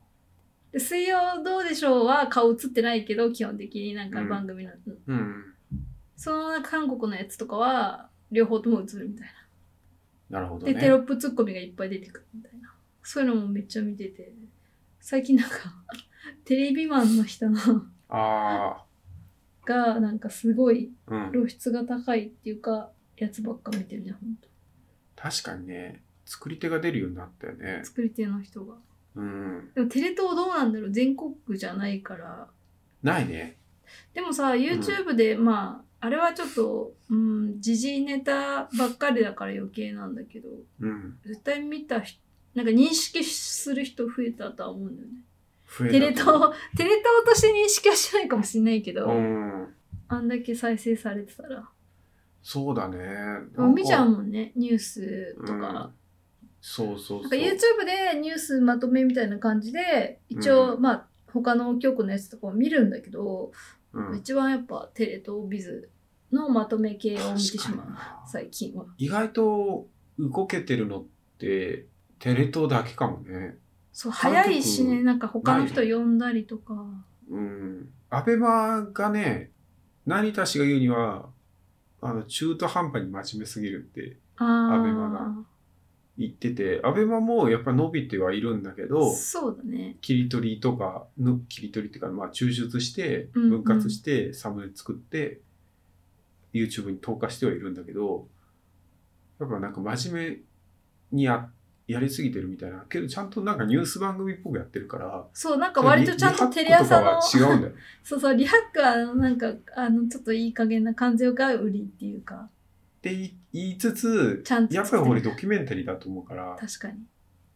で、水曜どうでしょうは顔映ってないけど、基本的になんか
うん
番組の、
ど。うん。
そのなんか韓国のやつとかは、両方とも映るみたい
なるほ
な。
ど
で、
ね。
テロップツッコミがいっぱい出てくるみたいな。そういうのもめっちゃ見てて、最近なんか、 [laughs] テレビマンの人の
あ
が、なんかすごい
あ。うん。
露出が高いっていうか、やつばっか見てるね、ほんと。
確かにね、作り手が出るようになったよね。
作り手の人が。
うん。
でもテレ東どうなんだろう全国区じゃないから、
ないね。
でもさ YouTube で、まああれはちょっとうん時事ネタばっかりだから余計なんだけど
うん。
絶対見た人なんか認識する人増えたとは思うんだよね。
増
テレ
えたと思う。
東、テレ東として認識はしないかもしれないけど、
うん。
あんだけ再生されてたら。
そうだね。なんか
見ちゃうもんね、ニュースとか。
うんそうそう
な
そ
ん
う。
か YouTube でニュースまとめみたいな感じで、一応、
う
まあ、他の局のやつとかも見るんだけど、
うん
一番やっぱテレ東ビズのまとめ系を見てしまう。
確か
最近は。
に意外と動けてるのってテレ東だけかもね。
そう、
韓
早
国
いしね、なんか他の人呼んだりとか。
うん。アベマがね、何たしが言うには、あの中途半端に真面目すぎるって
あ
アベマ
あ
言ってて、アベマもやっぱ伸びてはいるんだけど、
そうだね。
切り取りとかの切り取りっていうか、まあ、抽出して
うんうん
分割してサムネ作って、YouTube に投下してはいるんだけどやっぱなんか真面目にややりすぎてるみたいなけどちゃんとなんかニュース番組っぽくやってるから
そう、なんか割とちゃんとテレ
リハック
朝の、
とかは違うんだよ
そうそう、リハックはあのなんか、あの、ちょっといい加減な感じが売りっていうか、
って言い言いつつ
ちゃんと
やっぱり
作
俺
ってる
ドキュメンタリーだと思うから、
確かに。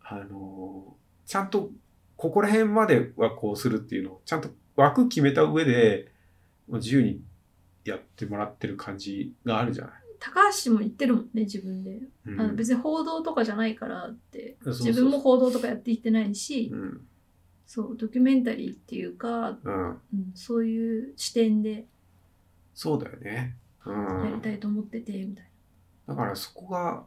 あのーちゃんとここら辺まではこうするっていうのをちゃんと枠決めた上でもう自由にやってもらってる感じがあるじゃない。
高橋も言ってるもんね、自分で。
うん
あの別に報道とかじゃないからって、
そうそう
自分も報道とかやっていってないし、
うん
そう、ドキュメンタリーっていうか、
うん、
うん、そういう視点で
そうだよね、う
やり
ん、
たいと思ってて、みたい
だからそこが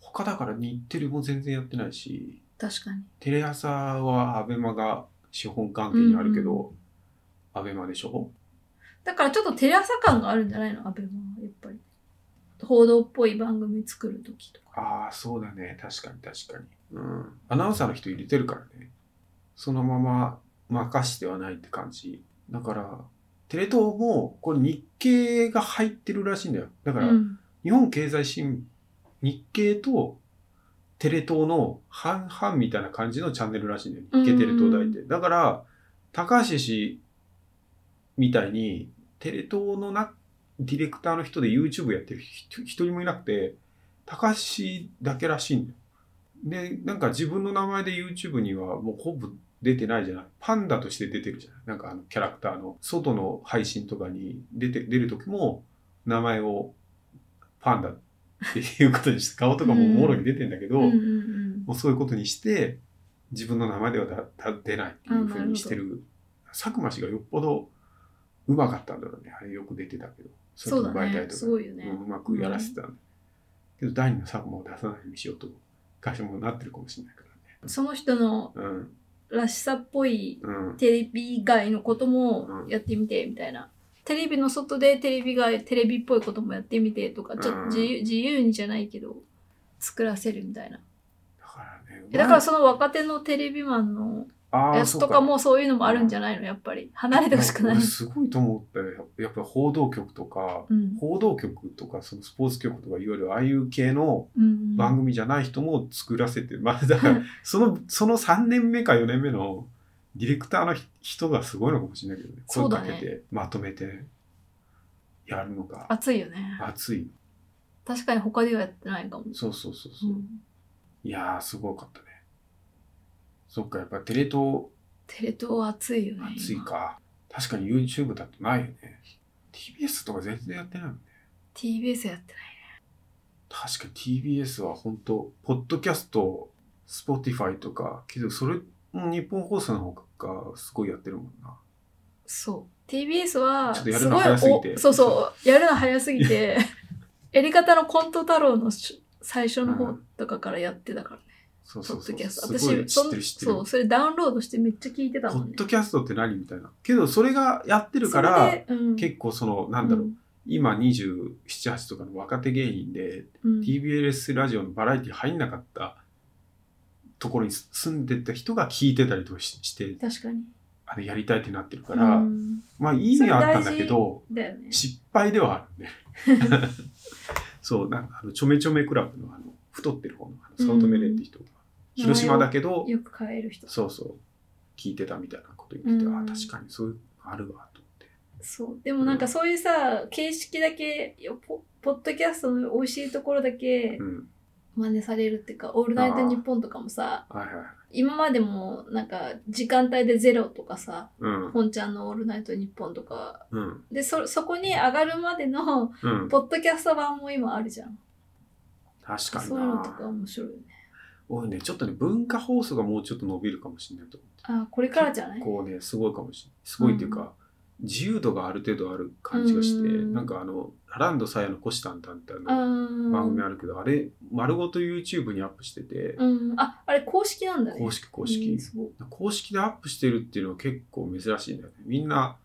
他だから日テレも全然やってないし
な。確かに。
テレ朝はアベマが資本関係にあるけど、
うん
アベマでしょ
だからちょっとテレ朝感があるんじゃないのアベマはやっぱり。報道っぽい番組作るときとか。
ああそうだね確かに確かに、うん、アナウンサーの人入れてるからねそのまま任してはないって感じだからテレ東もこれ日経が入ってるらしいんだよだから、
うん。
日本経済新聞、日経とテレ東の半々みたいな感じのチャンネルらしいんだよ。日経テレ東大って。だから、高橋氏みたいにテレ東のなディレクターの人で YouTube やってる人一人もいなくて高橋だけらしいんだよ。でなんか自分の名前で YouTube にはもうほぼ出てないじゃないパンダとして出てるじゃないなんかあのキャラクターの外の配信とかに出て出る時も名前をパンダっていうことにして顔とかももろに出てんだけど、
うんうんうん
もうそういうことにして自分の名前ではだだ出ないっていうふうにしてる佐久間氏がよっぽどうまかったんだろうねあれよく出てたけど
そうだ
れと
ね。すごいよね。
うんうまくやらせてたんだ、けど第二の佐久間を出さないようにしようと会社もなってるかもしれないか
その人の
らね
らしさっぽい
うんうん
テレビ以外のこともやってみてみたいな。テレビの外でテレビがテレビっぽいこともやってみてとか、ちょっと自由,、自由にじゃないけど、作らせるみたいな。
だからね
えだからその若手のテレビマンの
あー
やつ
そう
とかもそういうのもあるんじゃないのやっぱり。離れてほしくない
や。すごいと思ったよやっぱ報道局とか
うん。
報道局とかそのスポーツ局とかいわゆるああいう系の
うん。
番組じゃない人も作らせて、まあだから [laughs] そのその3年目か4年目のディレクターの人がすごいのかもしれないけどね
そうだね
声かけてまとめてやるのが
熱いよね。
熱い
確かに他ではやってないかも。
そうそうそう
う
そう、
ん、
いやーすごかったねそっかやっぱテレ東
テレ東は熱いよね。
熱い
今
か確かに YouTube だとないよね TBS とか全然やってないもんね
TBS やってない。
確かに TBS は本当ポッドキャスト Spotify とかけどそれも日本放送の方がすごいやってるもんな
そう。TBS は、
ちょっ
す
と
ご
や
い
るの早すぎて
おそうそう。やるの早すぎ
[laughs]
て、やり方のコント太郎のし最初の方とかからやってたからね。
そう
ポ
そ
ッ
うそ
ド
う
キャスト。
すごい知
そ
って
ん
る知ってる
そう、それダウンロードしてめっちゃ聞いてた
ポ
もんね
ッ。ドキャストって何みたいなけどそれがやってるか
そ
ら
れで、うん、
結構そのなんだろう、
う。
今278とかの若手芸人で
うん
TBS ラジオのバラエティ入んなかったところに住んでた人が聞いてたりとかしして
確かに。
あれやりたいってなってるから、
うん
まあいい意味はあったんだけど
だよね。
失敗ではあるね
[laughs]
そうなんかあのちょめちょめクラブのあの太ってる方のあの早乙女麗って人が、
うん
広島だけど
よく変える人。
そうそう聞いてたみたいなこと言ってて、
うん
あ確かにそういうのあるわと思って
そうでもなんかそういうさ、形式だけよポポッドキャストの美味しいところだけ
うん
真似されるっていうか「オールナイトニッポン」とかもさ
はいはい
今までもなんか時間帯で「ゼロとかさ
うん
本ちゃんの「オールナイトニッポン」とか
うん
でそそこに上がるまでの
うん
ポッドキャスト版も今あるじゃん
確かに
そういうのとか
な
面白いよね
多いねちょっとね文化放送がもうちょっと伸びるかもしれないと
あこれからじゃない
こうねすごいかもしれないすごいっていうか、自由度がある程度ある感じがして、
うん
なんかあのラランドサヤの虎視眈々ってあ
あ
の
ー
番組あるけど、あれ丸ごと YouTube にアップしてて、
うんああれ公式なんだね
公式公式、
うんそう
公式でアップしてるっていうのは結構珍しいんだよねみんな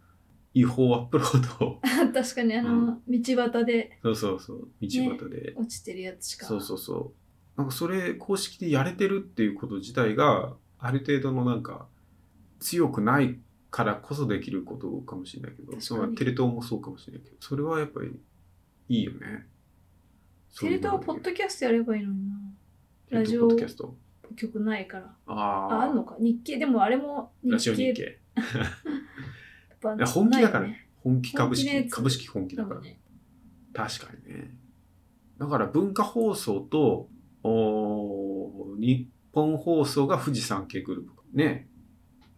違法アップロ
[laughs]
ードを
[laughs] 確かにあの、道端で
そうそうそう道端で、
落ちてるやつしか
そうそうそうなんかそれ公式でやれてるっていうこと自体がある程度のなんか強くないからこそできることかもしれないけ
確
ど
かに
そうテレ東もそうかもしれないけどそれはやっぱりいいよね
テレ東ポッドキャストやればいいのにな。
そういうの
ラジオ
テレ東ポッドキャスト
曲ないから。
あ
あ、あんのか。日経、でもあれも
ラジオ日
や
経
っぱ
いや本気だから
ない
ね
よ
本気株
本気の
式
やつ
株式本気だ
多
から
分ね。
確かにねだから文化放送とおー日本放送が富士山系グループね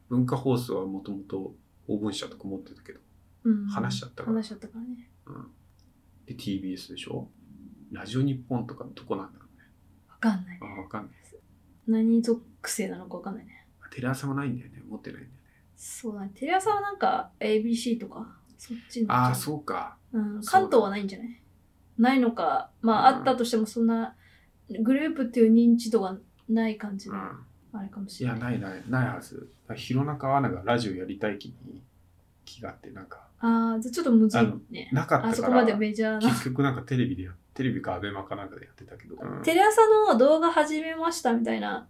文化放送はもともと大分社とか持ってたけど
うん
話しちゃったから
話しちゃったからね。
で TBS でしょラジオ日本とかどこなんだろうね
わかんない。
あわかんない
何属性なのかわかんないね。
テレ朝もないんだよね持ってないんだよね
そうだね。テレ朝はなんか ABC とか、そっちになっちゃう。
ああそうか
うん。関東はないんじゃないないのか。まあ、
うん
あったとしてもそんな、グループっていう認知度がない感じ
う
の、
ん
あれかもし
い
れな
や
い。
ないないないはずだから弘中アナがラジオやりたい気に気があってなんか
ああ、じゃあちょっとむずいね。
なかったから
あそこまでメジャーな。
結局なんかテレビでやテレビかアベマかなんかでやってたけど、うん
テレ朝の動画始めましたみたいな、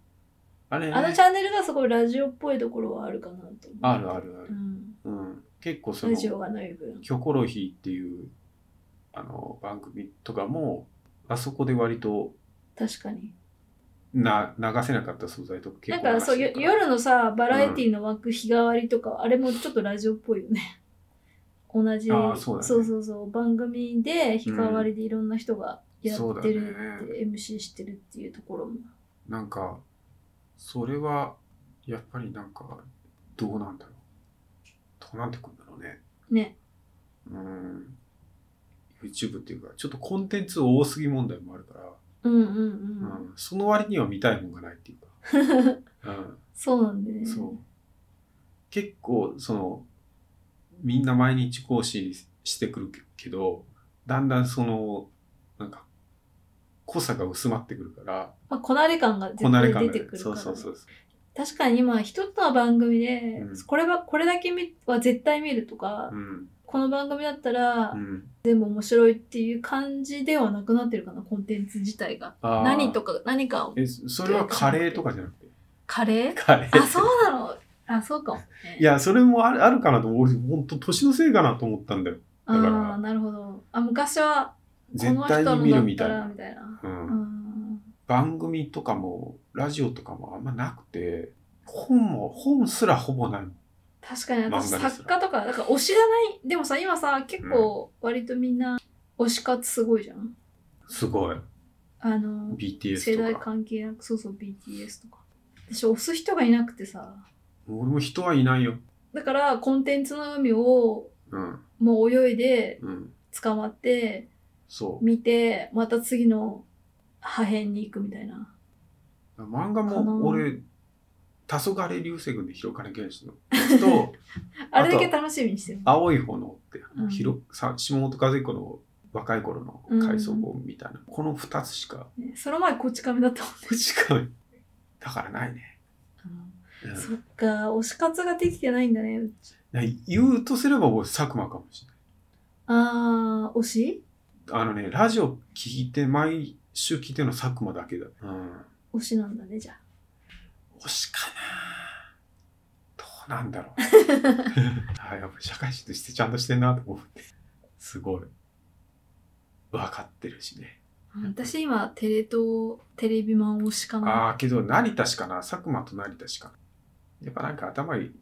あれ
あのチャンネルがすごいラジオっぽいところはあるかなと思う。
あるあるあ
う
る、
ん、
うん、結構そ
ラ
の「
ジオ
キ
がない分。
ョコロヒー」っていうあの番組とかもあそこで割と
確かに。
な流せなかった素材とか
な
結
ん
構
か
流
そう
して
よ
るら
夜のさバラエティの枠日替わりとか、あれもちょっとラジオっぽいよね同じ
あーそうだね
そうそうそう番組で日替わりでいろんな人がやってるっ
そうだ
て、MC してるっていうところも
なんかそれはやっぱりなんかどうなんだろうどうなってくるんだろうね
ね
うーん YouTube っていうかちょっとコンテンツ多すぎ問題もあるから、
うんうんう、
うんんその割には見たいもんがないっ
[laughs]
ていうか、
そうなんだよ
う
ね
ん、そう結構そのみんな毎日更新してくるけどだんだんそのなんか濃さが薄まってくるから
まあ、こなれ感が
こ
絶
なれ
対出
感が、
て
ね
く、るか
そう
ら
そうそうそう
確かに今一つの番組で、
うん
これはこれだけ見は絶対見るとか、
うん
この番組だったら
うん
全部面白いっていう感じではなくなってるかなコンテンツ自体が
あー
何とか何かを
えそそれはカレーとかじゃなくて
カレー
カレー
あそうなのあそうかも、ね、
いやそれもあるあるかなと思う俺本当年のせいかなと思ったんだよ
あ
だから
ーなるほどあ昔はこ
絶
の人
対
のだ
に
っ
見るみた
た
い
ら
な、
みたいな
う、
うんん
番組とかもラジオとかもあんまなくて本も本すらほぼない
確かに私
漫画です
作家とかだから推しがないでもさ今さ結構割とみんな推し活すごいじゃん
すごい
あの世
BTS
代
とか
関係なくそうそう BTS とか私押す人がいなくてさ
俺も人はいないよ
だからコンテンツの海を
うん
もう泳いで
うん
捕まって
そ
見てまた次の破片に行くみたいな
う漫画
かな
も俺黄昏流星群で広金健
[laughs]
志のやつと
あれだけ楽しみにしてる
青い炎って、
うん
ひろさ下本和彦の若い頃の回想本みたいな、この2つしか
ねその前こっち亀だったもんね、
しかだからないね、う
うんんそっか推し活ができてないんだねうち
ない言うとすれば俺佐久間かもしれ
あー推し
ないあのねラジオ聞いて毎週聞いてるの佐久間だけだ、う
推
ん、
しなんだねじゃあ
推しかなどうなん
[laughs]
だろうあやっぱ社会人としてちゃんとしてんなと思ってすごい分かってるしね
私今テレ東テレビマン推しかな
ああけど成田しかな佐久間と成田しかなやっぱなんか頭いい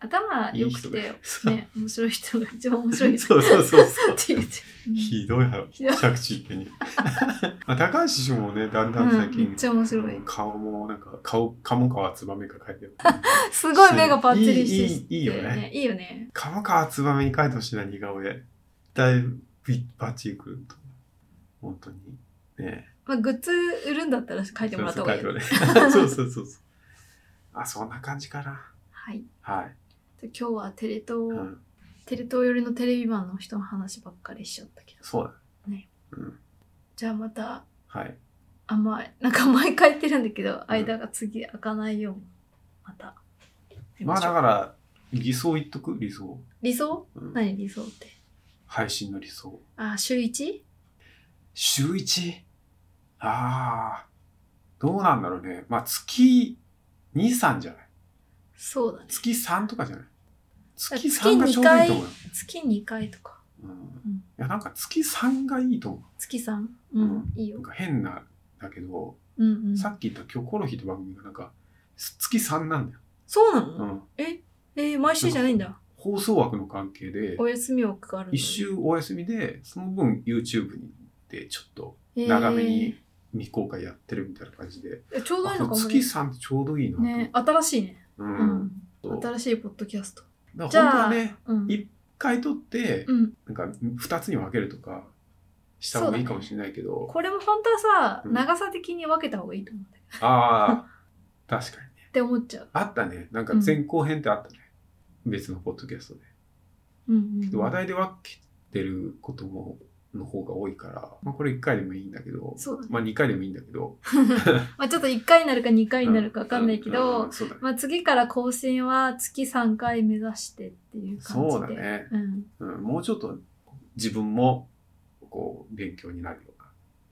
頭良くて
いい
ね面白い人が一番面白い
そうそうそ
[laughs]
うそう
って言って
ひどいは
ひどい
着地的に。 [laughs] まあ、高橋氏もね、だんだん最
うん、
近、
めっちゃ面白い。
顔もなんか、顔、鴨川つばめか書いてる。
すごい目がパッチリして
いいいいいいよね。
いいよね。
鴨川つばめに書いてほしいな、似顔絵。だいぶバッチリくると。本当に。ね
まあ、グッズ売るんだったら書いてもらった方がいいよね。 [laughs]
そうそう書いてもらってそうそうそうそう。あ、そんな感じかな。
はい。
はい。
じゃあ今日はテレ東、
うん。
テレ東寄りのテレビマンの人の話ばっかりしちゃったけど。
そうだ
ね。
うん。
じゃあまた、
はい。
あんま、なんか毎回言ってるんだけど、間が次開かないように、また。
まあだから、理想言っとく理想。
理想
うん
何理想って。
配信の理想。
あ、週 1?
週一ああ、どうなんだろうね。まあ、月2、3じゃない
そうだね。
月3とかじゃない月
月
3がちょうどいいと思うよ。
月2回とか。
うん
うん
いや、なんか月3がいいと思。
月 3? うん、いいうよ
なん。か変な、だけど、
うんうん。
さっき言ったキョコロヒーって番組がなんか、月3なんだよ。
そうな
う
の、
ん。
えー毎週じゃないんだ。
放送枠の関係で、
お休み枠があるの
一
に
周お休みで、その分 YouTube にでちょっと長めに未公開やってるみたいな感じで、
えーえちょうどいい
あ
の
こ
か
れ
も
月
ね
3ってちょうどいいなと思って
ね新しいね、
う。
うんん
そう
新しいポッドキャスト
だ
じ
から本当
ゃ
は
あ、
ね、
うん、
一回取って、
うん
なんか2つに分けるとかした方がいいかもしれないけど、
これも本当はさ、
うん
長さ的に分けた方がいいと思うんだよ
ああ、確かにね。
って思っちゃう、
あったね。なんか前後編ってあったね。別のポッドキャストで。
うんうん、
話題で分けてることも、の方が多いから、まあこれ1回でもいいんだけど、
そうだね、
まあ2回でもいいんだけど。
まあ、ちょっと1回になるか2回になるか分かんないけ
うん
ど、
うんうんそうだね。
まあ、次から更新は月3回目指してっていう感じで
そうだね、
うん、
うん。もうちょっと自分も、こう、勉強になるよ